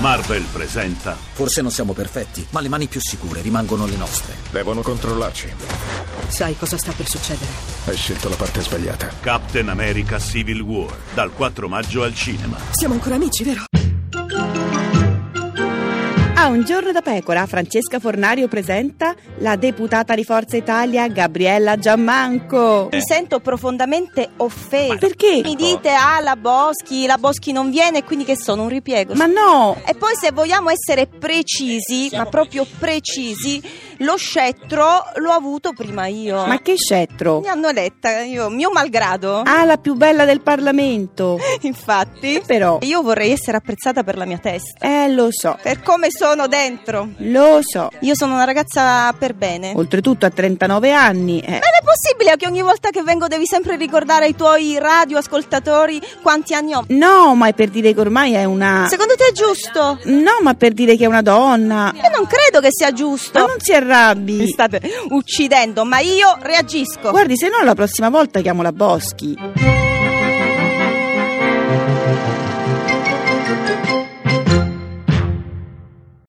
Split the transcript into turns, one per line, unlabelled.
Marvel presenta
Forse non siamo perfetti, ma le mani più sicure rimangono le nostre.
Devono controllarci.
Sai cosa sta per succedere?
Hai scelto la parte sbagliata.
Captain America Civil War dal 4 maggio al cinema.
Siamo ancora amici, vero?
A un giorno da pecora, Francesca Fornario presenta la deputata di Forza Italia Gabriella Giammanco.
Mi sento profondamente offesa.
Eh. Perché?
Mi dite, ah, la Boschi, la Boschi non viene, quindi che sono un ripiego.
Ma Eh, no!
E poi se vogliamo essere precisi, ma proprio precisi, lo scettro l'ho avuto prima io.
Ma che scettro!
Mi hanno eletta, io, mio malgrado.
Ah, la più bella del Parlamento!
Infatti,
Però,
io vorrei essere apprezzata per la mia testa,
eh, lo so,
per come sono dentro.
lo so.
Io sono una ragazza per bene.
Oltretutto a 39 anni, eh.
Ma non è possibile che ogni volta che vengo devi sempre ricordare ai tuoi radioascoltatori quanti anni ho?
No, ma è per dire che ormai è una.
Secondo te è giusto?
No, ma per dire che è una donna.
Io non credo che sia
Ma
giusto.
non si arrabbi.
Mi state uccidendo, ma io reagisco.
Guardi, se no la prossima volta chiamo la Boschi.